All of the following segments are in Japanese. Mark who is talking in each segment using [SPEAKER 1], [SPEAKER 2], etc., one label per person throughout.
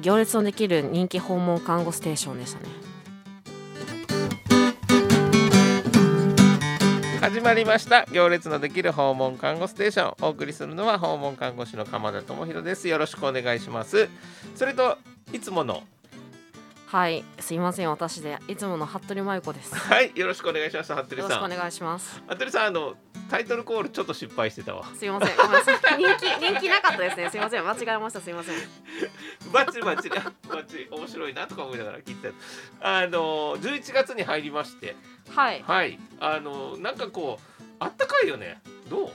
[SPEAKER 1] 行列のできる人気訪問看護ステーションでしたね
[SPEAKER 2] 始まりました行列のできる訪問看護ステーションお送りするのは訪問看護師の鎌田智博ですよろしくお願いしますそれとい つもの
[SPEAKER 1] はいすいません私でいつもの服部真由子ですよ
[SPEAKER 2] はいよろしくお願いします服部
[SPEAKER 1] ろし
[SPEAKER 2] さ
[SPEAKER 1] くお
[SPEAKER 2] ん
[SPEAKER 1] 願いします
[SPEAKER 2] 服部さんあのタイトルコールちょっと失敗してたわ
[SPEAKER 1] すいませんごめんなさい人気人気なかったですねすいません間違えましたすいません
[SPEAKER 2] バッチリバッチリバッチリ面白いなとか思いながら聞いてたあの11月に入りまして
[SPEAKER 1] はい
[SPEAKER 2] はいあのなんかこうあったかいよねどう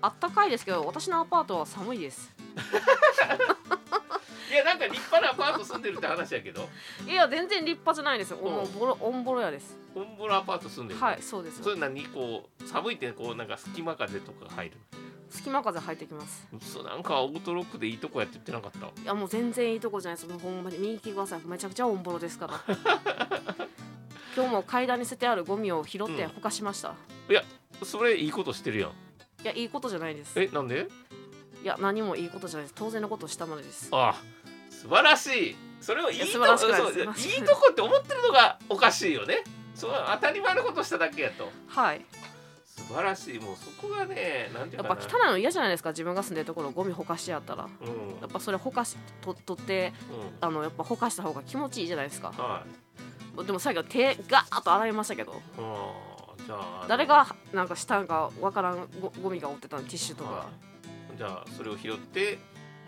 [SPEAKER 1] あったかいですけど私のアパートは寒いです
[SPEAKER 2] いやなんか立派なアパート住んでるって話やけど
[SPEAKER 1] いや全然立派じゃないですお
[SPEAKER 2] うん
[SPEAKER 1] もうボロオンボロ屋です
[SPEAKER 2] オンボロアパート住んでるの
[SPEAKER 1] はいそうです
[SPEAKER 2] そういうのにこう寒いってこうなんか隙間風とか入る
[SPEAKER 1] 隙間風入ってきます
[SPEAKER 2] そうなんかオートロックでいいとこやって言ってなかった
[SPEAKER 1] いやもう全然いいとこじゃないですもうほんまに見に来てくださいめちゃくちゃオンボロですから 今日も階段に捨ててあるゴミを拾って
[SPEAKER 2] うん
[SPEAKER 1] ほかしました、
[SPEAKER 2] それいいことしてるやん
[SPEAKER 1] いやいいことじゃないですい
[SPEAKER 2] えなんで
[SPEAKER 1] や何もいいことじゃないです当然のことをしたまでです
[SPEAKER 2] ああ素晴らしいそれをいい
[SPEAKER 1] いや
[SPEAKER 2] と
[SPEAKER 1] 素晴らしくない
[SPEAKER 2] そう
[SPEAKER 1] 素晴らしくない
[SPEAKER 2] いいとこって思ってるのがおかしいよねそう当たり前のことしただけやと
[SPEAKER 1] はい
[SPEAKER 2] 素晴らしいもうそこがねなんてい
[SPEAKER 1] や
[SPEAKER 2] う
[SPEAKER 1] っ
[SPEAKER 2] か
[SPEAKER 1] ぱ
[SPEAKER 2] な
[SPEAKER 1] 汚いの嫌じゃないですか自分が住んでるところをゴミほかしてやったら
[SPEAKER 2] うん、うん
[SPEAKER 1] やっぱそれほかしと取ってあのやっぱほかした方が気持ちいいじゃないですか
[SPEAKER 2] はい
[SPEAKER 1] でも最後手ガーッと洗いましたけど
[SPEAKER 2] ああじゃああの
[SPEAKER 1] 誰がなんかしたんかわからんゴゴミが追ってたのティッシュとか
[SPEAKER 2] はいじゃあそれを拾って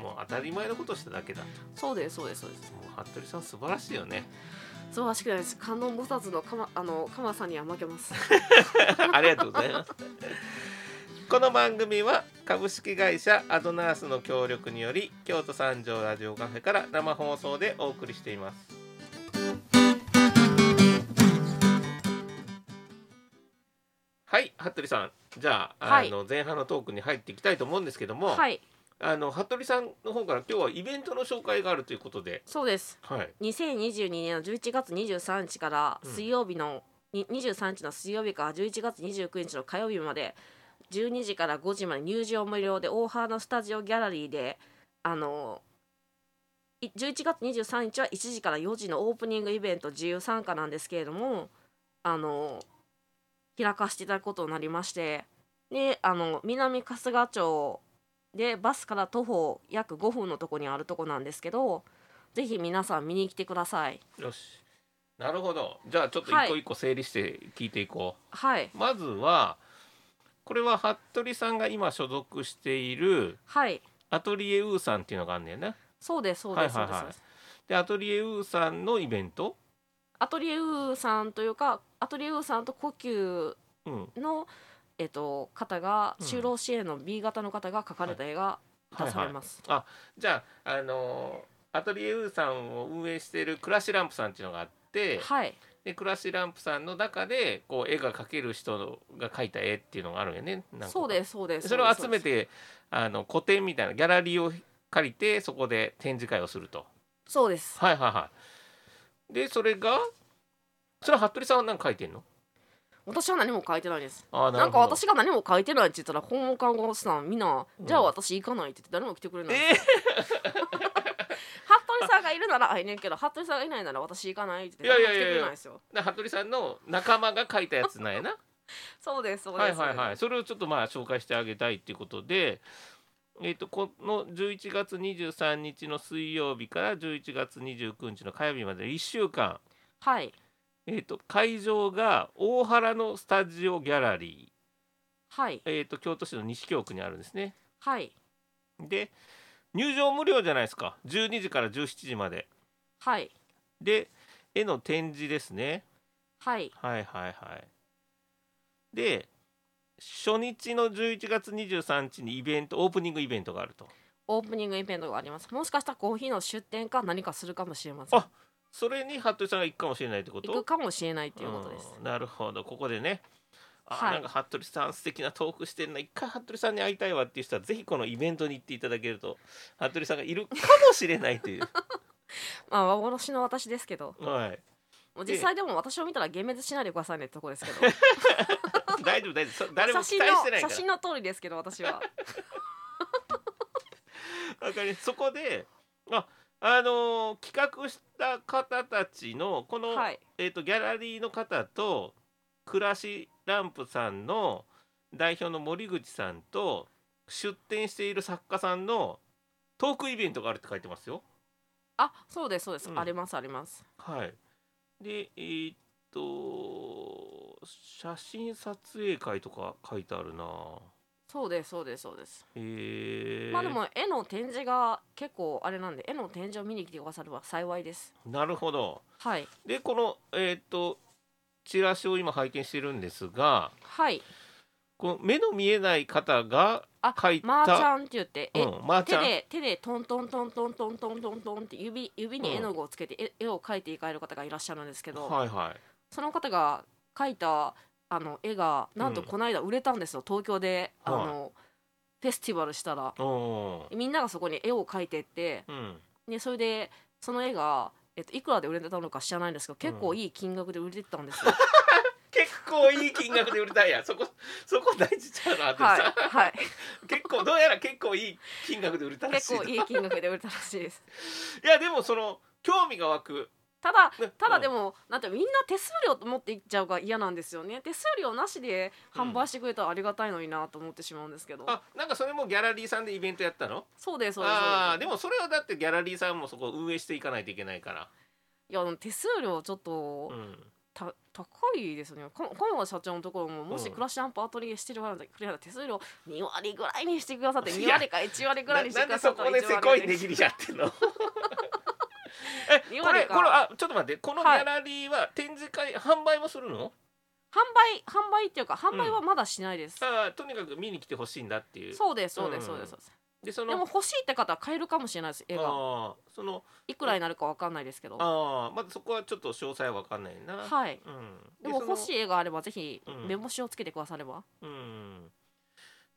[SPEAKER 2] もう当たり前のことしただけだと
[SPEAKER 1] そうですそうですそうです
[SPEAKER 2] もう服部さん素晴らしいよね
[SPEAKER 1] そうらしくないです観音菩薩のかまあの鎌さんには負けます
[SPEAKER 2] ありがとうございますこの番組は株式会社アドナースの協力により京都三条ラジオカフェから生放送でお送りしていますはい服部さんじゃあ,、
[SPEAKER 1] はい
[SPEAKER 2] あの前半のトークに入っていきたいと思うんですけども、
[SPEAKER 1] はい
[SPEAKER 2] あの服部さんの方から今日はイベントの紹介があるということで、
[SPEAKER 1] そうです
[SPEAKER 2] はい、
[SPEAKER 1] 2022年の11月23日から
[SPEAKER 2] うん
[SPEAKER 1] 水曜日の、に23日の水曜日から11月29日の火曜日まで12時から5時まで入場無料で大原のスタジオギャラリーであのい11月23日は1時から4時のオープニングイベント自由参加なんですけれどもあの開かせていただくことになりましてであの南春日町でバスから徒歩約5分のとこにあるとこなんですけどぜひ皆さん見に来てください
[SPEAKER 2] よしなるほどじゃあちょっと一個一個整理して聞いていこ、
[SPEAKER 1] はいう
[SPEAKER 2] まずはこれは服部さんが今所属している
[SPEAKER 1] はい
[SPEAKER 2] アトリエウーさんっていうのがあるんだよね
[SPEAKER 1] そうですそうです、
[SPEAKER 2] はいはいはい
[SPEAKER 1] そうですそうです
[SPEAKER 2] でアトリエウーさんのイベント、
[SPEAKER 1] アトリエウーさんというかアトリエウーさんと呼吸
[SPEAKER 2] うん、
[SPEAKER 1] のえっと方が
[SPEAKER 2] うん
[SPEAKER 1] 就労支援の B 型の方が描かれた絵が出されます、
[SPEAKER 2] じゃああのーアトリエウーさんを運営しているクラシランプさんっていうのがあって、
[SPEAKER 1] はい
[SPEAKER 2] でクラシランプさんの中でこう絵が描ける人が描いた絵っていうのがあるよねなんか
[SPEAKER 1] そうですそうです
[SPEAKER 2] それを集め
[SPEAKER 1] そうです
[SPEAKER 2] てあの個展みたいなギャラリーを借りてそこで展示会をすると
[SPEAKER 1] そうです
[SPEAKER 2] はいはいはいでそれがそれは服部さんは何書いてんの
[SPEAKER 1] 私は何も描いてないです
[SPEAKER 2] あー
[SPEAKER 1] なんか
[SPEAKER 2] るほど
[SPEAKER 1] 私が何も描いてないって言ったら訪問看護師さんみんな、
[SPEAKER 2] うん
[SPEAKER 1] じゃあ私行かないって言って誰も来てくれない
[SPEAKER 2] え
[SPEAKER 1] 服部さんがいるならあいいねんけど服部さんがいないなら私行かないって言って誰
[SPEAKER 2] いや
[SPEAKER 1] も
[SPEAKER 2] い
[SPEAKER 1] 来て
[SPEAKER 2] やいや
[SPEAKER 1] く
[SPEAKER 2] いや
[SPEAKER 1] れないですよ
[SPEAKER 2] ー、な服部さんの仲間が書いたやつなんやな
[SPEAKER 1] そうですそうで
[SPEAKER 2] はい
[SPEAKER 1] す
[SPEAKER 2] はいはい
[SPEAKER 1] い
[SPEAKER 2] それをちょっとまあ紹介してあげたいっていうことでえー、とこの11月23日の水曜日から11月29日の火曜日まで1週間、
[SPEAKER 1] はい
[SPEAKER 2] えー、と会場が大原のスタジオギャラリー
[SPEAKER 1] はい
[SPEAKER 2] えー、と京都市の西京区にあるんですね
[SPEAKER 1] はい
[SPEAKER 2] で入場無料じゃないですか12時から17時まで
[SPEAKER 1] はい
[SPEAKER 2] で絵の展示ですね
[SPEAKER 1] はい
[SPEAKER 2] はいはいはいで初日の11月23日にイベントオープニングイベントがあると
[SPEAKER 1] オープニングイベントがありますもしかしたらコーヒーの出店か何かするかもしれません
[SPEAKER 2] あそれに服部さんが行くかもしれないってこと
[SPEAKER 1] 行くかもしれないっていうことです
[SPEAKER 2] うんなるほどここでねあ、
[SPEAKER 1] はい
[SPEAKER 2] なんか服部さん素敵なトークしてんな一回服部さんに会いたいわっていう人はぜひこのイベントに行っていただけると服部さんがいるかもしれない という
[SPEAKER 1] まあ幻の私ですけど
[SPEAKER 2] はい
[SPEAKER 1] もう
[SPEAKER 2] で
[SPEAKER 1] 実際でも私を見たら幻滅しないでくださいねってとこですけど
[SPEAKER 2] 大丈夫大丈夫そ 誰も
[SPEAKER 1] 写
[SPEAKER 2] 期
[SPEAKER 1] 真の
[SPEAKER 2] 待してないか
[SPEAKER 1] 写真の通りですけど私は
[SPEAKER 2] らわかりそこでああのー企画した方たちのこの、
[SPEAKER 1] はい
[SPEAKER 2] えー、とギャラリーの方と暮らしランプさんの代表の森口さんと出展している作家さんのトークイベントがあるって書いてますよ。
[SPEAKER 1] あそうですそうです、
[SPEAKER 2] うん
[SPEAKER 1] ありますあります
[SPEAKER 2] はい、でえーっと写真撮影会とか書いてあるな。
[SPEAKER 1] そうですそうですそうです、
[SPEAKER 2] えー、
[SPEAKER 1] まあでも絵の展示が結構あれなんで絵の展示を見に来てくだされば幸いです
[SPEAKER 2] なるほど。
[SPEAKER 1] はい
[SPEAKER 2] でこのえーっとチラシを今拝見してるんですが。
[SPEAKER 1] はい
[SPEAKER 2] こう目の見えない方が
[SPEAKER 1] あ
[SPEAKER 2] 書いた、
[SPEAKER 1] マーちゃんって言って、え
[SPEAKER 2] うん、まーち
[SPEAKER 1] 手
[SPEAKER 2] ゃん、
[SPEAKER 1] で手でトントントントントントントントンって指指に絵の具をつけて絵,、絵を描いていかれる方がいらっしゃるんですけど、
[SPEAKER 2] はいはい、
[SPEAKER 1] その方が描いたあの絵がなんと
[SPEAKER 2] うん
[SPEAKER 1] この間売れたんですよ、東京であ
[SPEAKER 2] はい
[SPEAKER 1] の、フェスティバルしたら
[SPEAKER 2] おー
[SPEAKER 1] みんながそこに絵を描いてって
[SPEAKER 2] うん、
[SPEAKER 1] でそれでその絵が、えっと、いくらで売れてたのか知らないんですけど結構いい金額で売れてたんですよ、
[SPEAKER 2] 結構いい金額で売れたんやそこ そこ大事ちゃうなってさ、
[SPEAKER 1] はい、 はい、
[SPEAKER 2] 結構どうやら結構いい金額で売れたらし
[SPEAKER 1] 結
[SPEAKER 2] いな
[SPEAKER 1] 構いい金額で売れたらしいです
[SPEAKER 2] いやでもその興味が湧く
[SPEAKER 1] ただ
[SPEAKER 2] ね
[SPEAKER 1] た
[SPEAKER 2] う
[SPEAKER 1] だ
[SPEAKER 2] ん
[SPEAKER 1] でも、なんてみんな手数料と思っていっちゃうが嫌なんですよね手数料なしで販売してくれたらありがたいのになと思ってしまうんですけど、
[SPEAKER 2] あなんかそれもギャラリーさんでイベントやったの
[SPEAKER 1] そうですそうです
[SPEAKER 2] あ
[SPEAKER 1] そう
[SPEAKER 2] あでもそれはだってギャラリーさんもそこ運営していかないといけないから、
[SPEAKER 1] ですいやでも手数料ちょっと、
[SPEAKER 2] うん、
[SPEAKER 1] た高いですねこ今後社長のところもも
[SPEAKER 2] う
[SPEAKER 1] し
[SPEAKER 2] ん
[SPEAKER 1] クラッシュアンプアトリエしてるからくれたら手数料2割ぐらいにしてくださって
[SPEAKER 2] いや
[SPEAKER 1] 2割か1割ぐらいにして
[SPEAKER 2] な
[SPEAKER 1] くだ
[SPEAKER 2] なんで
[SPEAKER 1] さ
[SPEAKER 2] そ
[SPEAKER 1] ったら
[SPEAKER 2] こでせ
[SPEAKER 1] 1
[SPEAKER 2] こ
[SPEAKER 1] 割
[SPEAKER 2] い値切りやって んのえ
[SPEAKER 1] 二
[SPEAKER 2] これ
[SPEAKER 1] 割か
[SPEAKER 2] これあちょっと待ってこのギ
[SPEAKER 1] はい
[SPEAKER 2] ャラリーは展示会、販売もするの
[SPEAKER 1] 販売販売っていうか販売はまだしないです、
[SPEAKER 2] ああとにかく見に来てほしいんだっていう
[SPEAKER 1] そうですそうで
[SPEAKER 2] うん
[SPEAKER 1] すそうですそうです、
[SPEAKER 2] でそ
[SPEAKER 1] でも
[SPEAKER 2] の
[SPEAKER 1] 欲しいって方は買えるかもしれないです絵が
[SPEAKER 2] ああその
[SPEAKER 1] いくらになるかわかんないですけど
[SPEAKER 2] ああまだそこはちょっと詳細は分かんないな、
[SPEAKER 1] はい
[SPEAKER 2] うん、
[SPEAKER 1] でも欲し
[SPEAKER 2] い、
[SPEAKER 1] い絵があればぜひ
[SPEAKER 2] うん
[SPEAKER 1] 目星をつけてくだされば、
[SPEAKER 2] うん、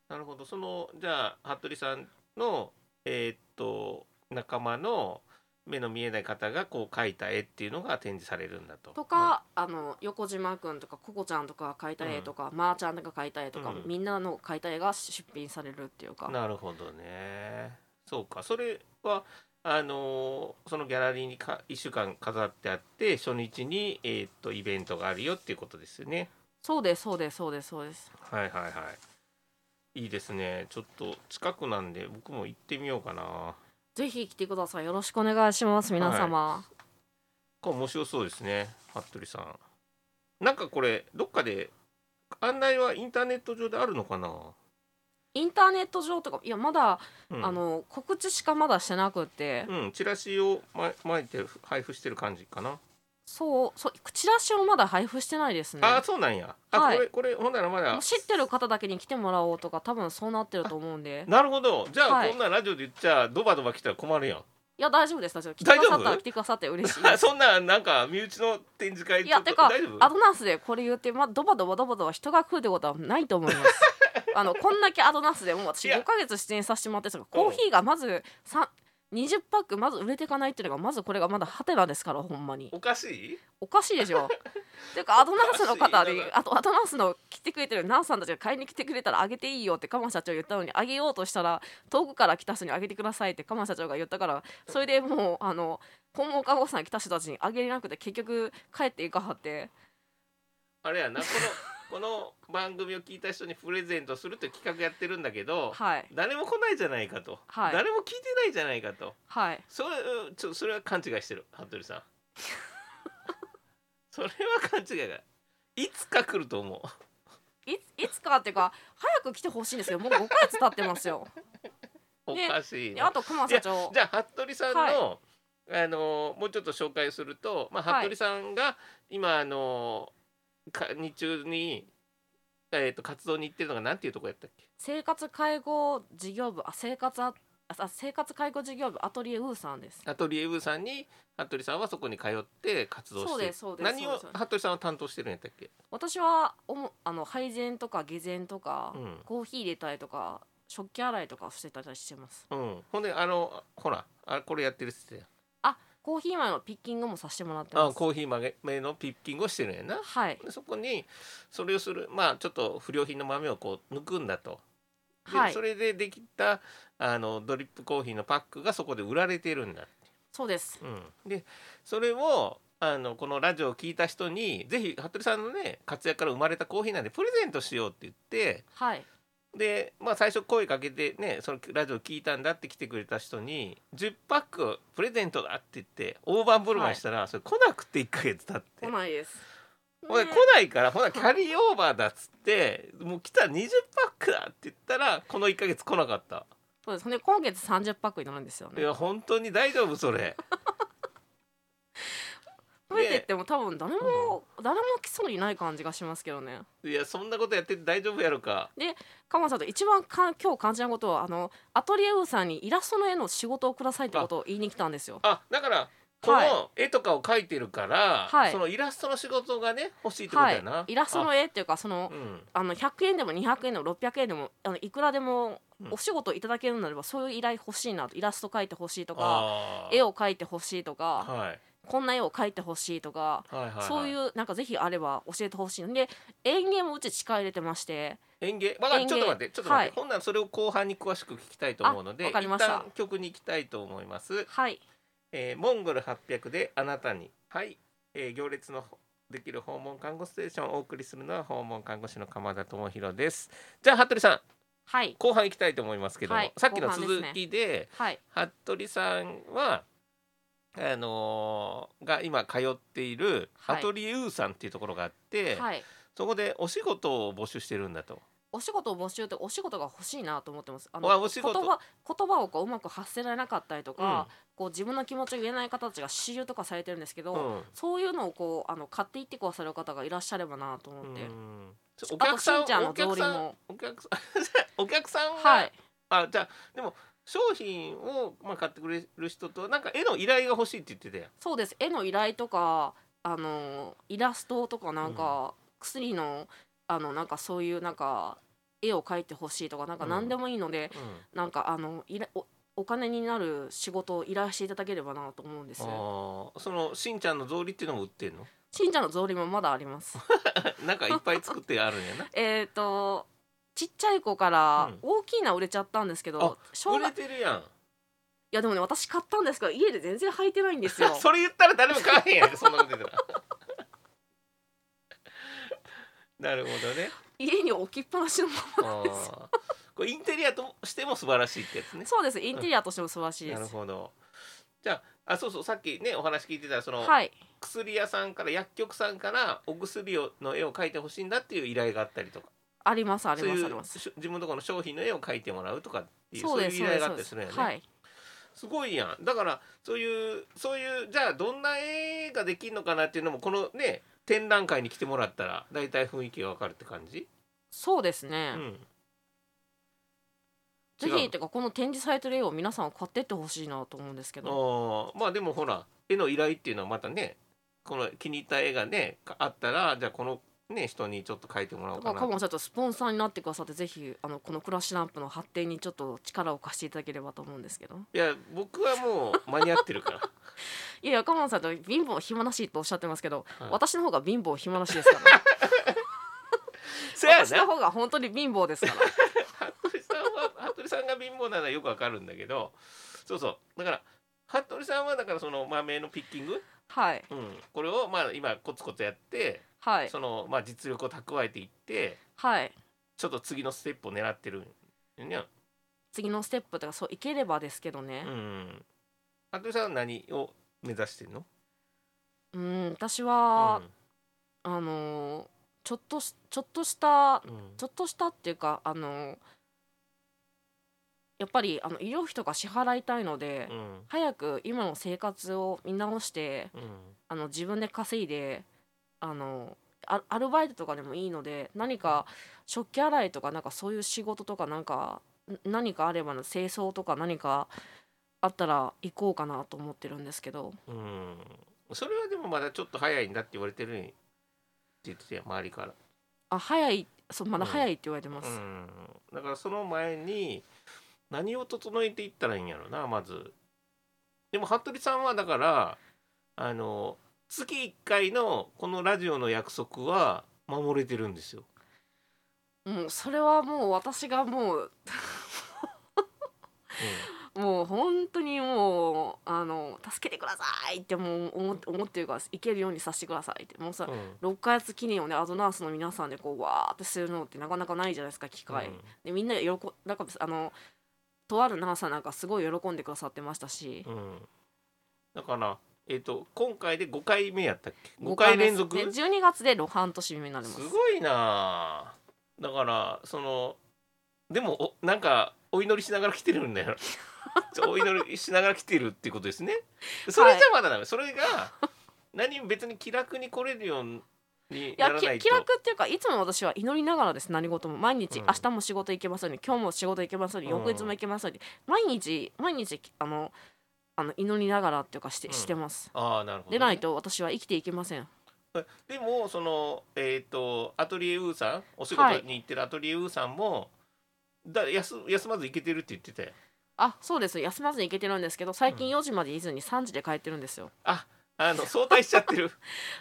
[SPEAKER 2] なるほどそのじゃあ服部さんのえーっと仲間の目の見えない方がこう描いた絵っていうのが展示されるんだと。
[SPEAKER 1] とか、あの横島くんとかココちゃんとかが描いた絵とか、まーちゃんとか描いた絵とか、
[SPEAKER 2] うん
[SPEAKER 1] みんなの描いた絵が出品されるっていうか
[SPEAKER 2] なるほどねそうかそれはあのーそのギャラリーにか1週間飾ってあって初日に、えーっとイベントがあるよっていうことですよね
[SPEAKER 1] そうですそうですそうですそうです
[SPEAKER 2] はいはいはいいいですねちょっと近くなんで僕も行ってみようかな
[SPEAKER 1] ぜひ来てくださいよろしくお願いします皆様、
[SPEAKER 2] これ面白そうですね服部さんなんかこれどっかで案内はインターネット上であるのかな、
[SPEAKER 1] インターネット上とかいやまだ、
[SPEAKER 2] うん、
[SPEAKER 1] あの告知しかまだしてなくて、
[SPEAKER 2] うんチラシをま巻いて配布してる感じかな
[SPEAKER 1] そうそうチラシをまだ配布してないですね
[SPEAKER 2] ああそうなんやあ、
[SPEAKER 1] はい
[SPEAKER 2] これこれほんならまだ
[SPEAKER 1] もう知ってる方だけに来てもらおうとか多分そうなってると思うんで
[SPEAKER 2] なるほどじゃあ、
[SPEAKER 1] はい
[SPEAKER 2] こんなんラジオで言っちゃドバドバ来たら困 るやん
[SPEAKER 1] いや大丈夫です大丈夫来て
[SPEAKER 2] 大
[SPEAKER 1] くだ
[SPEAKER 2] 丈夫
[SPEAKER 1] さったら来てくださって嬉しいです
[SPEAKER 2] そんななんか身内の展示会
[SPEAKER 1] い
[SPEAKER 2] ちょ
[SPEAKER 1] や
[SPEAKER 2] っと
[SPEAKER 1] てか
[SPEAKER 2] 大丈夫
[SPEAKER 1] アドナースでこれ言って、まあ、ドバドバドバドバ人が食うってことはないと思います あのこんだけアドナースでもう私
[SPEAKER 2] いや
[SPEAKER 1] 5ヶ月出演させてもらってるんですけどコーヒーがまずさ20パックまず売れていかないっていうのがまずこれがまだハテナですからほんまに
[SPEAKER 2] おかしい
[SPEAKER 1] おかしいで しょていうかアドナースの方
[SPEAKER 2] おかしい
[SPEAKER 1] に
[SPEAKER 2] な
[SPEAKER 1] あとアドナースの来てくれてるナースさんたちが買いに来てくれたらあげていいよって鎌社長言ったのにあげようとしたら遠くから来た人にあげてくださいって鎌社長が言ったからそれでもうあの訪問看護師さんが来た人たちにあげれなくて結局帰っていかはって。
[SPEAKER 2] あれやなこのこの番組を聞いた人にプレゼントするって企画やってるんだけど、
[SPEAKER 1] はい
[SPEAKER 2] 誰も来ないじゃないかと、
[SPEAKER 1] はい
[SPEAKER 2] 誰も聞いてないじゃないかと
[SPEAKER 1] はい
[SPEAKER 2] それちょそれは勘違いしてる服部さん それは勘違いだいつか来ると思う
[SPEAKER 1] いついつかっていうか早く来てほしいんですよもう5ヶ月経ってますよ
[SPEAKER 2] お
[SPEAKER 1] ね
[SPEAKER 2] かし い
[SPEAKER 1] で
[SPEAKER 2] な
[SPEAKER 1] あと熊社長
[SPEAKER 2] じゃあ服部さんの、
[SPEAKER 1] はい
[SPEAKER 2] あのーもうちょっと紹介すると、まあ、
[SPEAKER 1] はい
[SPEAKER 2] 服部さんが今、あのーか日中に、えー、と活動に行ってるのがなんていうとこやったっけ
[SPEAKER 1] 生活介護事業部あ生活ああ生活介護事業部アトリエウーさんです
[SPEAKER 2] アトリエブさんに服部さんはそこに通って活動して
[SPEAKER 1] そうですそうです
[SPEAKER 2] 何
[SPEAKER 1] そう
[SPEAKER 2] を
[SPEAKER 1] です
[SPEAKER 2] 服部さんは担当してるんやったっけ
[SPEAKER 1] 私はおもあの配膳とか下膳とか、
[SPEAKER 2] うん
[SPEAKER 1] コーヒー入れたりとか食器洗いとかしてたりしてます
[SPEAKER 2] うん、ほんであのほらあこれやってるっつってた
[SPEAKER 1] あコーヒー豆のピッキングもさせてもらって
[SPEAKER 2] やん
[SPEAKER 1] ま
[SPEAKER 2] あ
[SPEAKER 1] す
[SPEAKER 2] コーヒー豆のピッキングをしてるんやな
[SPEAKER 1] はい
[SPEAKER 2] でそこにそれをするまあちょっと不良品の豆をこう抜くんだとで
[SPEAKER 1] はい
[SPEAKER 2] それでできたあのドリップコーヒーのパックがそこで売られてるんだ
[SPEAKER 1] そうです
[SPEAKER 2] うん、でそれをあのこのラジオを聞いた人にぜひ服部さんのね活躍から生まれたコーヒーなんでプレゼントしようって言って
[SPEAKER 1] はい
[SPEAKER 2] で、まあ、最初声かけてねそのラジオ聞いたんだって来てくれた人に10パックプレゼントだって言って大盤振る舞いしたら、それ来なくて1ヶ月経って
[SPEAKER 1] 来。ないです
[SPEAKER 2] ほんで
[SPEAKER 1] ね
[SPEAKER 2] 来ないからほなキャリーオーバーだっつってもう来たら20パックだって言ったらこの1ヶ月来なかった
[SPEAKER 1] そうですほんで今月30パックになるんですよ
[SPEAKER 2] い
[SPEAKER 1] ね
[SPEAKER 2] や本当に大丈夫 それ
[SPEAKER 1] 増えてっても多分誰も、誰も来そうにない感じがしますけどね
[SPEAKER 2] いやそんなことやってて大丈夫やろか
[SPEAKER 1] カモンさんと一番か今日感じたことはあのアトリエウーさんにイラストの絵の仕事をくださいってことを言いに来たんですよ
[SPEAKER 2] あだからこ
[SPEAKER 1] はい
[SPEAKER 2] の絵とかを描いてるから、
[SPEAKER 1] はい
[SPEAKER 2] そのイラストの仕事がね欲しいってこと
[SPEAKER 1] は
[SPEAKER 2] や
[SPEAKER 1] い
[SPEAKER 2] な、
[SPEAKER 1] イラスト
[SPEAKER 2] あ
[SPEAKER 1] の絵っていうかその
[SPEAKER 2] うん
[SPEAKER 1] あの100円でも200円でも600円でもあのいくらでも
[SPEAKER 2] うん
[SPEAKER 1] お仕事いただけるならばそういう依頼欲しいなとイラスト描いてほしいとか
[SPEAKER 2] あー
[SPEAKER 1] 絵を描いてほしいとか
[SPEAKER 2] はい
[SPEAKER 1] こんな絵を描いてほしいとか
[SPEAKER 2] はいはい、はい、
[SPEAKER 1] そういうなんかぜひあれば教えてほしいんで園芸もうち力入れてまして
[SPEAKER 2] 園芸、まあ、ち
[SPEAKER 1] 園芸
[SPEAKER 2] ょっと待ってちょっと待って、
[SPEAKER 1] はい
[SPEAKER 2] ほんならそれを後半に詳しく聞きたいと思うので
[SPEAKER 1] あわかりました
[SPEAKER 2] 一旦曲に行きたいと思います、
[SPEAKER 1] はい
[SPEAKER 2] えーモンゴル800であなたにはい、えー行列のできる訪問看護ステーションをお送りするのは訪問看護師の鎌田智博ですじゃあ服部さん
[SPEAKER 1] はい
[SPEAKER 2] 後半行きたいと思いますけども、
[SPEAKER 1] はい
[SPEAKER 2] さっきの
[SPEAKER 1] 後半です
[SPEAKER 2] 続
[SPEAKER 1] ね
[SPEAKER 2] きで
[SPEAKER 1] はい
[SPEAKER 2] 服部さんはあのーが今通っている
[SPEAKER 1] は
[SPEAKER 2] ア
[SPEAKER 1] い
[SPEAKER 2] トリエウーさんっていうところがあって、
[SPEAKER 1] はい
[SPEAKER 2] そこでお仕事を募集してるんだと。
[SPEAKER 1] お仕事を募集ってお仕事が欲しいなと思ってますあの
[SPEAKER 2] あお仕
[SPEAKER 1] 言
[SPEAKER 2] 事
[SPEAKER 1] 葉言葉をこううまく発せられなかったりと
[SPEAKER 2] うん
[SPEAKER 1] か、こう自分の気持ちを言えない方たちが主流とかされてるんですけど、
[SPEAKER 2] うん
[SPEAKER 1] そういうのをこうあの買っていってくださる方がいらっしゃればなと思って、
[SPEAKER 2] うんお客さ
[SPEAKER 1] あと
[SPEAKER 2] ん
[SPEAKER 1] しんちゃんの
[SPEAKER 2] お客さ
[SPEAKER 1] 草履
[SPEAKER 2] ん
[SPEAKER 1] も
[SPEAKER 2] お客さんお客さんは、
[SPEAKER 1] はい
[SPEAKER 2] あじゃあでも商品を、まあ、買ってくれる人となんか絵の依頼が欲しいって言ってたやん
[SPEAKER 1] そうです絵の依頼とかあのイラストとかなんか、薬のあのなんかそういうなんか絵を描いてほしいとかなんか
[SPEAKER 2] うん
[SPEAKER 1] 何でもいいので、なんかあのいらおお金になる仕事を依頼していただければなと思うんです
[SPEAKER 2] あーそのしんちゃんの草履っていうのも売ってんの
[SPEAKER 1] 信者の草履もまだあります
[SPEAKER 2] なんかいっぱい作ってあるんやな
[SPEAKER 1] えっとちっちゃい子から
[SPEAKER 2] うん
[SPEAKER 1] 大きいのは売れちゃったんですけど、小
[SPEAKER 2] 売
[SPEAKER 1] 学
[SPEAKER 2] れ
[SPEAKER 1] い
[SPEAKER 2] てるやん
[SPEAKER 1] やでもね私買ったんですけど家で全然履いてないんですよ
[SPEAKER 2] それ言ったら誰も買わへんやんそんなこと言ってたら なるほどね
[SPEAKER 1] 家に置きっぱなしのまま
[SPEAKER 2] あーこれインテリアとしても素晴らしいってやつね
[SPEAKER 1] そうですインテリアとしても素晴らしいで
[SPEAKER 2] なる
[SPEAKER 1] す、
[SPEAKER 2] ほどじゃああそうそうさっきねお話聞いてたらその、
[SPEAKER 1] はい
[SPEAKER 2] 薬屋さんから薬局さんからお薬をの絵を描いてほしいんだっていう依頼があったりとか
[SPEAKER 1] ありますあり
[SPEAKER 2] そう
[SPEAKER 1] ま
[SPEAKER 2] い
[SPEAKER 1] す
[SPEAKER 2] う
[SPEAKER 1] あります
[SPEAKER 2] し自分のところの商品の絵を描いてもらうとかっていう
[SPEAKER 1] そうです
[SPEAKER 2] い
[SPEAKER 1] そうう
[SPEAKER 2] 依
[SPEAKER 1] で
[SPEAKER 2] 頼
[SPEAKER 1] す
[SPEAKER 2] があ
[SPEAKER 1] そうです
[SPEAKER 2] ったりするよね、
[SPEAKER 1] はい
[SPEAKER 2] すごいやんだからそういうそういうじゃあどんな絵ができるのかなっていうのもこのね展覧会に来てもらったら大体雰囲気がわかるって感じ、
[SPEAKER 1] そうです
[SPEAKER 2] う
[SPEAKER 1] ね、
[SPEAKER 2] ん、
[SPEAKER 1] ぜ
[SPEAKER 2] 違う
[SPEAKER 1] ひてかこの展示されてる絵を皆さん買ってってほしいなと思うんですけど
[SPEAKER 2] あーまあでもほら絵の依頼っていうのはまたねこの気に入った絵がねかあったらじゃあこのね人にちょっと描いてもらお
[SPEAKER 1] だか
[SPEAKER 2] うからな
[SPEAKER 1] カモンさんとスポンサーになってくださってぜひあのこのクラッシュランプの発展にちょっと力を貸していただければと思うんですけど
[SPEAKER 2] いや僕はもう間に合ってるから
[SPEAKER 1] いやいやカモンさんと貧乏暇なしとおっしゃってますけど、
[SPEAKER 2] はい
[SPEAKER 1] 私の方が貧乏暇なし ですから、
[SPEAKER 2] そやな
[SPEAKER 1] 私の方が本当に貧乏です から
[SPEAKER 2] 服部さんは服部さんが貧乏なのはよくわかるんだけどそうそうだから服部さんはだからその豆のピッキング、
[SPEAKER 1] はい
[SPEAKER 2] うん、これをまあ今コツコツやって、
[SPEAKER 1] はい
[SPEAKER 2] そのまあ実力を蓄えていって
[SPEAKER 1] はい
[SPEAKER 2] ちょっと次のステップを狙ってるんや
[SPEAKER 1] 次のステップとかそういければですけどね、
[SPEAKER 2] うん服部さんは何を目指してんの
[SPEAKER 1] うん私は、あのーちょっとしちょっとした
[SPEAKER 2] うんうん
[SPEAKER 1] ちょっとしたっていうかあのーやっぱりあの医療費とか支払いたいので、
[SPEAKER 2] うん
[SPEAKER 1] 早く今の生活を見直して
[SPEAKER 2] うん
[SPEAKER 1] あの自分で稼いであのアアルバイトとかでもいいので何か食器洗いとかなんかそういう仕事とかなんかん何かあればの清掃とか何かあったら行こうかなと思ってるんですけど
[SPEAKER 2] うんそれはでもまだちょっと早いんだって言われてるんって言ってたよ周りから。
[SPEAKER 1] あ早いそうまだ
[SPEAKER 2] うん
[SPEAKER 1] 早いって言われてます、
[SPEAKER 2] うん、だからその前に何を整えていったらいいんやろなまずでも服部さんはだからあの月1回のこのラジオの約束は守れてるんで すよ
[SPEAKER 1] もうそれはもう私がもうもう本当にもうあの助けてくださいってもう思って思ってるから行けるようにさせてくださいってもうさ、
[SPEAKER 2] うん
[SPEAKER 1] 6ヶ月記念をねアドナースの皆さんでこうわーってするのってなかなかないじゃないですか機会、
[SPEAKER 2] うん
[SPEAKER 1] でみんな喜んなんかあのとあるナースさんなんかすごい喜んでくださってましたし、
[SPEAKER 2] うん、だから、えっと今回で5回目やったっけ5
[SPEAKER 1] 五
[SPEAKER 2] 回
[SPEAKER 1] 目
[SPEAKER 2] 連続,、
[SPEAKER 1] ですね、12月で露伴年目になります
[SPEAKER 2] ごいなあだからそのでもおなんかお祈りしながら来てるん だよちょお祈りしながら来てるっていうことですねそれじゃまだだめ、それが何も別に気楽に来れるように
[SPEAKER 1] い
[SPEAKER 2] な
[SPEAKER 1] や
[SPEAKER 2] ら
[SPEAKER 1] き
[SPEAKER 2] ないと
[SPEAKER 1] 気楽っていうかいつも私は祈りながらです何事も毎日、
[SPEAKER 2] うん
[SPEAKER 1] 明日も仕事行けますように今日も仕事行けますように
[SPEAKER 2] うん
[SPEAKER 1] 翌日も行けますように、毎日毎日あのあの祈りながらっていうかして,、
[SPEAKER 2] うん
[SPEAKER 1] してます
[SPEAKER 2] ああなるほど
[SPEAKER 1] で
[SPEAKER 2] ね、
[SPEAKER 1] ないと私は生きていけません
[SPEAKER 2] でもそのえっ、とアトリエウーさんお仕事に行ってるアトリエウーさんも、だ休休まず行けてるって言ってたよ
[SPEAKER 1] あそうです休まずに行けてるんですけど最近4時までいずに3時で帰ってるんですよ、
[SPEAKER 2] ああの早退しちゃっ てる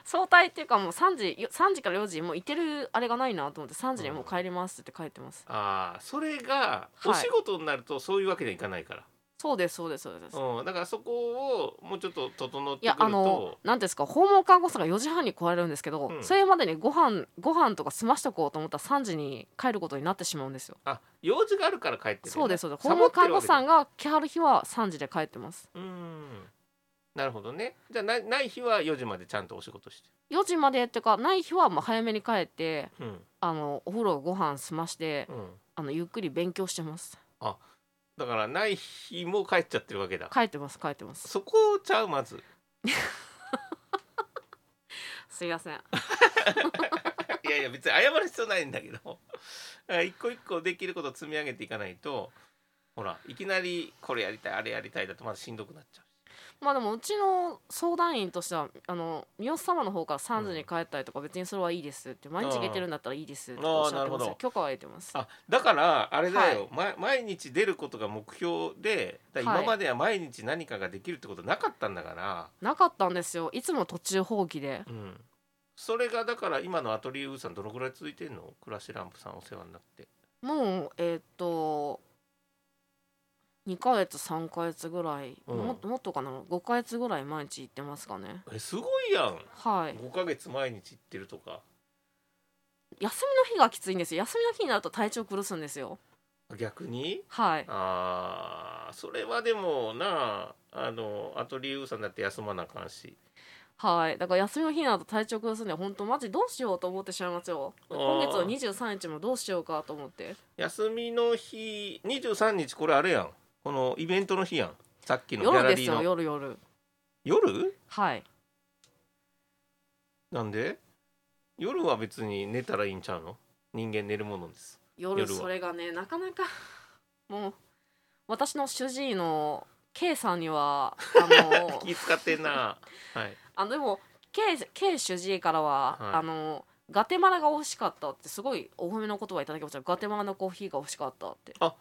[SPEAKER 1] 早退っていうかもう3時よ3時から4時もう行ってるあれがないなと思って3時にもう帰りますって帰ってます、
[SPEAKER 2] ああそれが
[SPEAKER 1] はい
[SPEAKER 2] お仕事になるとそういうわけにはいかないから、
[SPEAKER 1] そうですそうですそうです、
[SPEAKER 2] うん、だからそこをもうちょっと整っ
[SPEAKER 1] い
[SPEAKER 2] て
[SPEAKER 1] や
[SPEAKER 2] く
[SPEAKER 1] あ
[SPEAKER 2] る
[SPEAKER 1] の
[SPEAKER 2] と
[SPEAKER 1] 何ですか訪問看護師さんが4時半に来られるんですけど、
[SPEAKER 2] うん
[SPEAKER 1] それまでにご飯ご飯とか済ましとこうと思ったら3時に帰ることになってしまうんですよ。
[SPEAKER 2] あ用事があるから帰ってる、
[SPEAKER 1] そうですそうです
[SPEAKER 2] サ
[SPEAKER 1] 訪
[SPEAKER 2] ボっ
[SPEAKER 1] 問
[SPEAKER 2] て
[SPEAKER 1] 看
[SPEAKER 2] る
[SPEAKER 1] 護
[SPEAKER 2] わ
[SPEAKER 1] 師
[SPEAKER 2] け
[SPEAKER 1] さんが来はる日は3時で帰ってます。
[SPEAKER 2] うんなるほどねじゃあないない日は4時までちゃんとお仕事して
[SPEAKER 1] 4時までっていうかない日はもう早めに帰って
[SPEAKER 2] うん
[SPEAKER 1] あのお風呂ご飯済まして
[SPEAKER 2] うん
[SPEAKER 1] あのゆっくり勉強してます。
[SPEAKER 2] だからない日も帰っちゃってるわけだ
[SPEAKER 1] 帰ってます帰ってます。
[SPEAKER 2] そこちゃうまず
[SPEAKER 1] すいません。
[SPEAKER 2] いやいや別に謝る必要ないんだけど あ一個一個できることを積み上げていかないとほらいきなりこれやりたいあれやりたいだとまだしんどくなっちゃう
[SPEAKER 1] まあでもうちの相談員としてはあの三好様の方から3時に帰ったりとか別にそれはいいですって毎日行けてるんだったらいいですっておっしゃって
[SPEAKER 2] あ
[SPEAKER 1] ま
[SPEAKER 2] ーなる
[SPEAKER 1] す
[SPEAKER 2] ほど
[SPEAKER 1] よ許可は得てます。
[SPEAKER 2] あだからあれだよ、ま毎日出ることが目標でだから
[SPEAKER 1] はい
[SPEAKER 2] 今までは毎日何かができるってことなかったんだから、
[SPEAKER 1] なかったんですよいつも途中放棄で
[SPEAKER 2] うん、それがだから今のアトリエウーさんどのぐらい続いてんの暮らしランプさんお世話になって
[SPEAKER 1] もうえーっと2ヶ月3ヶ月ぐらい、
[SPEAKER 2] うん
[SPEAKER 1] ももっとかな5ヶ月ぐらい毎日行ってますかね
[SPEAKER 2] えすごいやん
[SPEAKER 1] はい
[SPEAKER 2] 5ヶ月毎日行ってるとか
[SPEAKER 1] 休みの日がきついんですよ休みの日になると体調崩すんですよ
[SPEAKER 2] 逆に
[SPEAKER 1] はい
[SPEAKER 2] あーそれはでもなあのアトリエウーさんだって休まなあかんし
[SPEAKER 1] はいだから休みの日になると体調崩すんで本当マジどうしようと思ってしまいますよ
[SPEAKER 2] あー
[SPEAKER 1] 今月の23日もどうしようかと思って
[SPEAKER 2] 休みの日23日これあれやんこのイベントの日やんさっきのギャ
[SPEAKER 1] 夜
[SPEAKER 2] ラ
[SPEAKER 1] で
[SPEAKER 2] リ
[SPEAKER 1] す
[SPEAKER 2] ーの
[SPEAKER 1] よ夜夜
[SPEAKER 2] 夜
[SPEAKER 1] はい
[SPEAKER 2] なんで夜は別に寝たらいいんちゃうの人間寝るものです
[SPEAKER 1] 夜
[SPEAKER 2] 夜は
[SPEAKER 1] それがねなかなかもう私の主治医の K さんにはあ の
[SPEAKER 2] 気使って んなはい
[SPEAKER 1] あのでも K, K 主治医からは、
[SPEAKER 2] はい
[SPEAKER 1] あのガテマラが美味しかったってすごいお褒めの言葉いただきましたガテマラのコーヒーが美味しかったってい
[SPEAKER 2] あ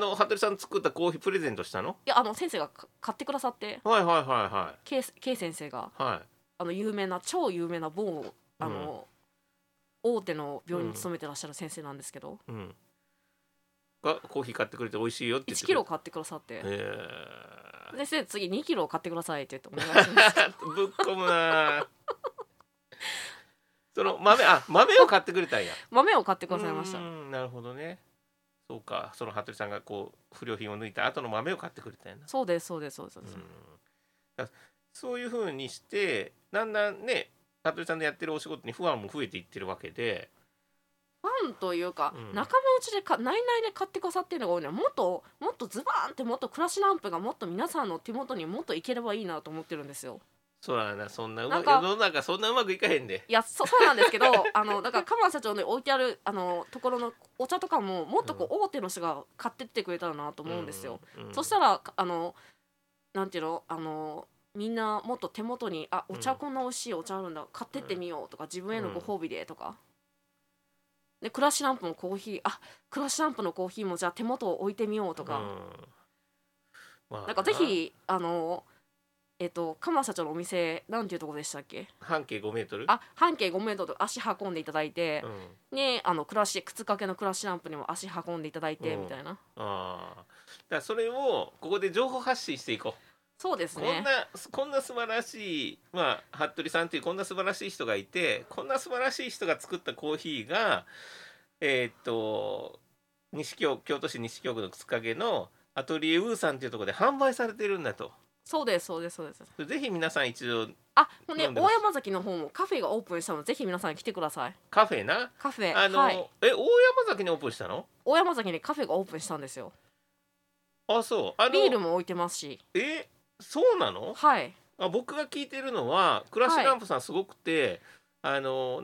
[SPEAKER 2] の服部さん作ったコーヒープレゼントしたの
[SPEAKER 1] やあの先生がか買ってくださって
[SPEAKER 2] はいはいはいは
[SPEAKER 1] K, K 先生が
[SPEAKER 2] いはい
[SPEAKER 1] あの有名な超有名な某あの、大手の病院に勤めてらっしゃる先生なんですけど、
[SPEAKER 2] うんがコーヒー買ってくれて美味しいよって言って
[SPEAKER 1] 1
[SPEAKER 2] く
[SPEAKER 1] キ
[SPEAKER 2] れ
[SPEAKER 1] ロ
[SPEAKER 2] た
[SPEAKER 1] 買ってくださって、
[SPEAKER 2] へー
[SPEAKER 1] で先生次2キロ買ってくださいって言ってお願いします
[SPEAKER 2] ぶっ込むなあその豆あ豆を買ってくれた んや
[SPEAKER 1] 豆を買ってくださいました
[SPEAKER 2] うーんなるほどねそうかその服部さんがこう不良品を抜いた後の豆を買ってくれたんやな
[SPEAKER 1] そうですそうですそうですそう
[SPEAKER 2] う
[SPEAKER 1] です、
[SPEAKER 2] んだそういうふうにしてだんだんね服部さんのやってるお仕事に不安も増えていってるわけで
[SPEAKER 1] ファンというか、
[SPEAKER 2] うん
[SPEAKER 1] 仲間内でか内々で買ってくださってるのが多いのはもっともっとズバーンってもっと暮らしランプがもっと皆さんの手元にもっといければいいなと思ってるんですよ
[SPEAKER 2] そうやなそんなうま
[SPEAKER 1] なん
[SPEAKER 2] く
[SPEAKER 1] か
[SPEAKER 2] 世の中そんなうまくいかへんで
[SPEAKER 1] いやそそうなんですけどあのだから鎌田社長の置いてあるあのところのお茶とかももっとこう大手の人が買ってってくれたらなと思うんですよ、、
[SPEAKER 2] うんうん
[SPEAKER 1] そしたらあのなんていうのあのみんなもっと手元にあお茶
[SPEAKER 2] うん
[SPEAKER 1] こんな美味しいお茶あるんだ買ってってみようとか自分への
[SPEAKER 2] うん
[SPEAKER 1] ご褒美でとか、でクラッシュランプのコーヒーあクラッシュランプのコーヒーもじゃあ手元を置いてみようとか、
[SPEAKER 2] うんまあ
[SPEAKER 1] なんかぜひあのえっと鎌社長のお店なんていうとこでしたっけ
[SPEAKER 2] 半径5メートル
[SPEAKER 1] あ半径5メートル足運んでいただいて
[SPEAKER 2] う、ん、
[SPEAKER 1] ねあのクラシ靴掛けのクラッシュランプにも足運んでいただいて、
[SPEAKER 2] うん
[SPEAKER 1] みたいな
[SPEAKER 2] あーだからそれをここで情報発信していこ
[SPEAKER 1] そうです
[SPEAKER 2] う、こ
[SPEAKER 1] ね
[SPEAKER 2] んなこんな素晴らしいまあ服部さんというこんな素晴らしい人がいてこんな素晴らしい人が作ったコーヒーがえーっと西京京都市西京区の靴掛のアトリエウーさんというところで販売されてるんだと
[SPEAKER 1] そうですそうですそうです
[SPEAKER 2] ぜひ皆さん一度
[SPEAKER 1] あもうね
[SPEAKER 2] 飲んでま
[SPEAKER 1] 大
[SPEAKER 2] す
[SPEAKER 1] 山崎の方もカフェがオープンしたのでぜひ皆さん来てください
[SPEAKER 2] カフェな
[SPEAKER 1] カフェ
[SPEAKER 2] あの、
[SPEAKER 1] はい、
[SPEAKER 2] え大山崎にオープンしたの
[SPEAKER 1] 大山崎にカフェがオープンしたんですよ
[SPEAKER 2] あそうあの
[SPEAKER 1] ビールも置いてますし
[SPEAKER 2] えそうなの
[SPEAKER 1] はい
[SPEAKER 2] あ僕が聞いてるのはクラシランプさんすごくて、あの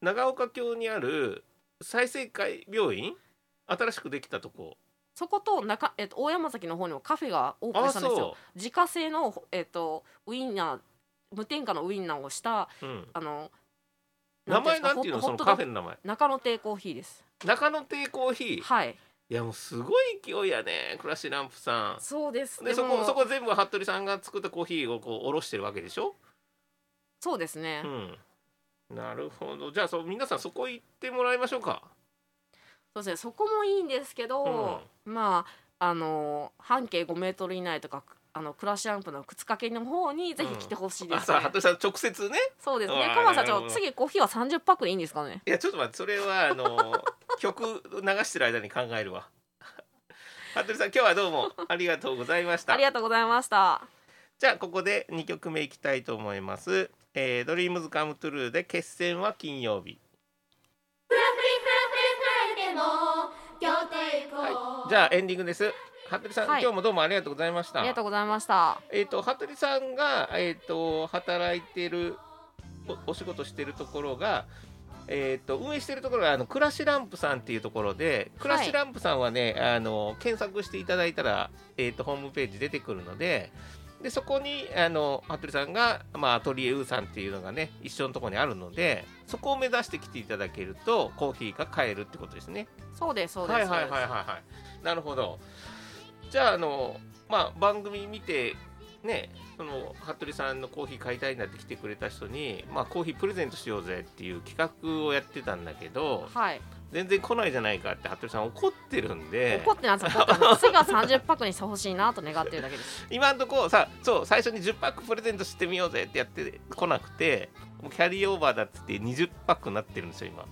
[SPEAKER 2] 長岡京にある再生会病院新しくできたとこ
[SPEAKER 1] そこと中、えっと、大山崎の方にもカフェがオープン
[SPEAKER 2] あ
[SPEAKER 1] したんですよ
[SPEAKER 2] そ
[SPEAKER 1] 自家製の、えっと、ウインナー無添加のウインナーをした
[SPEAKER 2] う、うん、
[SPEAKER 1] あの
[SPEAKER 2] 名前なんていうのそのカフェ
[SPEAKER 1] ェ
[SPEAKER 2] の名前
[SPEAKER 1] 中野亭コーヒーです
[SPEAKER 2] 中野亭コーヒー
[SPEAKER 1] はい
[SPEAKER 2] いやもうすごい勢いやねクラシランプさん
[SPEAKER 1] そうです
[SPEAKER 2] でそ
[SPEAKER 1] も
[SPEAKER 2] こそこ全部服部さんが作ったコーヒーをこうおろしてるわけでしょ
[SPEAKER 1] そうですね、
[SPEAKER 2] うん、なるほどじゃあそう皆さんそこ行ってもらいましょうか
[SPEAKER 1] そうですねそこもいいんですけど、まああの半径5メートル以内とかあのクラッシュアンプの靴掛けの方にぜひ来てほしいです、ね
[SPEAKER 2] 朝服部さん直接ね
[SPEAKER 1] そうです
[SPEAKER 2] うわ
[SPEAKER 1] ね
[SPEAKER 2] ー
[SPEAKER 1] 鎌社
[SPEAKER 2] なる
[SPEAKER 1] 長
[SPEAKER 2] ほど
[SPEAKER 1] 次コーヒーは30パックでいいんですかね
[SPEAKER 2] いやちょっと待ってそれは あの曲流してる間に考えるわ服部さん今日はどうもありがとうございまし
[SPEAKER 1] あ
[SPEAKER 2] た
[SPEAKER 1] りがとうございました
[SPEAKER 2] じゃあここで2曲目いきたいと思います「えー、ドリームズカムトゥルーで決戦は金曜日
[SPEAKER 3] でも仰天行こう、
[SPEAKER 2] じゃあエンディングです服部さん、
[SPEAKER 1] はい
[SPEAKER 2] 今日もどうもありがとうございまし
[SPEAKER 1] あ
[SPEAKER 2] た
[SPEAKER 1] りがとうございました
[SPEAKER 2] えっ、と服部さんがえっ、と働いてるおお仕事してるところがえー、と運営してるところがあのクラシランプさんっていうところでクラシランプさんはね、あの検索していただいたら、えー、とホームページ出てくるのででそこにあの服部さんが、まあ、アトリエウーさんっていうのがね一緒のところにあるのでそこを目指して来ていただけるとコーヒーが買えるってことですね。
[SPEAKER 1] そうですそうです、
[SPEAKER 2] はいはいはい
[SPEAKER 1] そ
[SPEAKER 2] はい
[SPEAKER 1] うで
[SPEAKER 2] はいなるほどじゃああのまあ番組見てねその服部さんのコーヒー買いたいなって来てくれた人に、まあ、コーヒープレゼントしようぜっていう企画をやってたんだけど
[SPEAKER 1] すはい、
[SPEAKER 2] 全然来ないじゃないかって服部さん怒ってるんで
[SPEAKER 1] 怒ってないです怒ってないです次は30パックにしてほしいなと願ってるだけです
[SPEAKER 2] 今んとこさそう最初に10パックプレゼントしてみようぜってやって来なくてもうキャリーオーバーだっつって20パックになってるんですよ今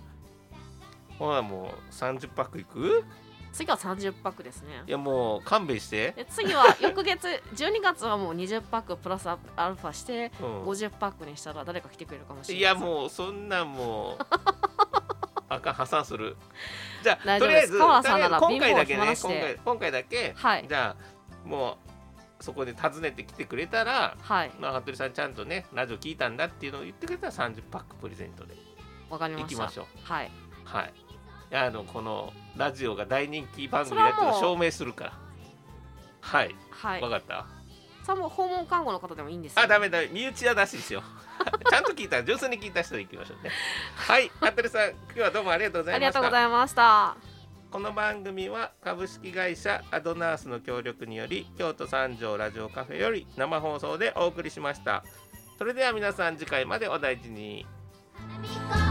[SPEAKER 2] ほらもう30パックいく
[SPEAKER 1] 次は30パックですね
[SPEAKER 2] いやもう勘弁して、
[SPEAKER 1] で次 は翌月12月はもう20パックプラスアルファして
[SPEAKER 2] うん
[SPEAKER 1] 50パックにしたら誰か来てくれるかもしれない
[SPEAKER 2] いやもうそんなんもうあかん破産するじゃあ
[SPEAKER 1] 大
[SPEAKER 2] と
[SPEAKER 1] 丈夫
[SPEAKER 2] りあ
[SPEAKER 1] で
[SPEAKER 2] え
[SPEAKER 1] す
[SPEAKER 2] ず
[SPEAKER 1] 川田さんなら
[SPEAKER 2] とりあえず今回だけ
[SPEAKER 1] 貧乏を暇な
[SPEAKER 2] ね
[SPEAKER 1] し
[SPEAKER 2] 今
[SPEAKER 1] で
[SPEAKER 2] 回今回だけ、
[SPEAKER 1] はい
[SPEAKER 2] じゃあもうそこで訪ねてきてくれたら、
[SPEAKER 1] はい
[SPEAKER 2] まあ、服部さんちゃんとねラジオ聞いたんだっていうのを言ってくれたら30パックプレゼントで
[SPEAKER 1] わかり
[SPEAKER 2] い
[SPEAKER 1] ま
[SPEAKER 2] き
[SPEAKER 1] し
[SPEAKER 2] ま
[SPEAKER 1] た
[SPEAKER 2] しょう
[SPEAKER 1] はい
[SPEAKER 2] はいあのこのラジオが大人気番組だっていうのを
[SPEAKER 1] それはも
[SPEAKER 2] 証明するからはい
[SPEAKER 1] はい
[SPEAKER 2] わかった
[SPEAKER 1] それはもう訪問看護の方でもいいんですよ
[SPEAKER 2] あ、ダメダメ、身内はなしですよ。 ちゃんと聞いた、上手に聞いた人でいきましょうね。はい、服部さん、今日はどうもありがとうござ
[SPEAKER 1] あ
[SPEAKER 2] い
[SPEAKER 1] りが
[SPEAKER 2] ました。
[SPEAKER 1] とうございました
[SPEAKER 2] この番組は株式会社アドナースの協力により、京都三条ラジオカフェより生放送でお送りしました。それでは皆さん、次回までお大事に。
[SPEAKER 3] 花火高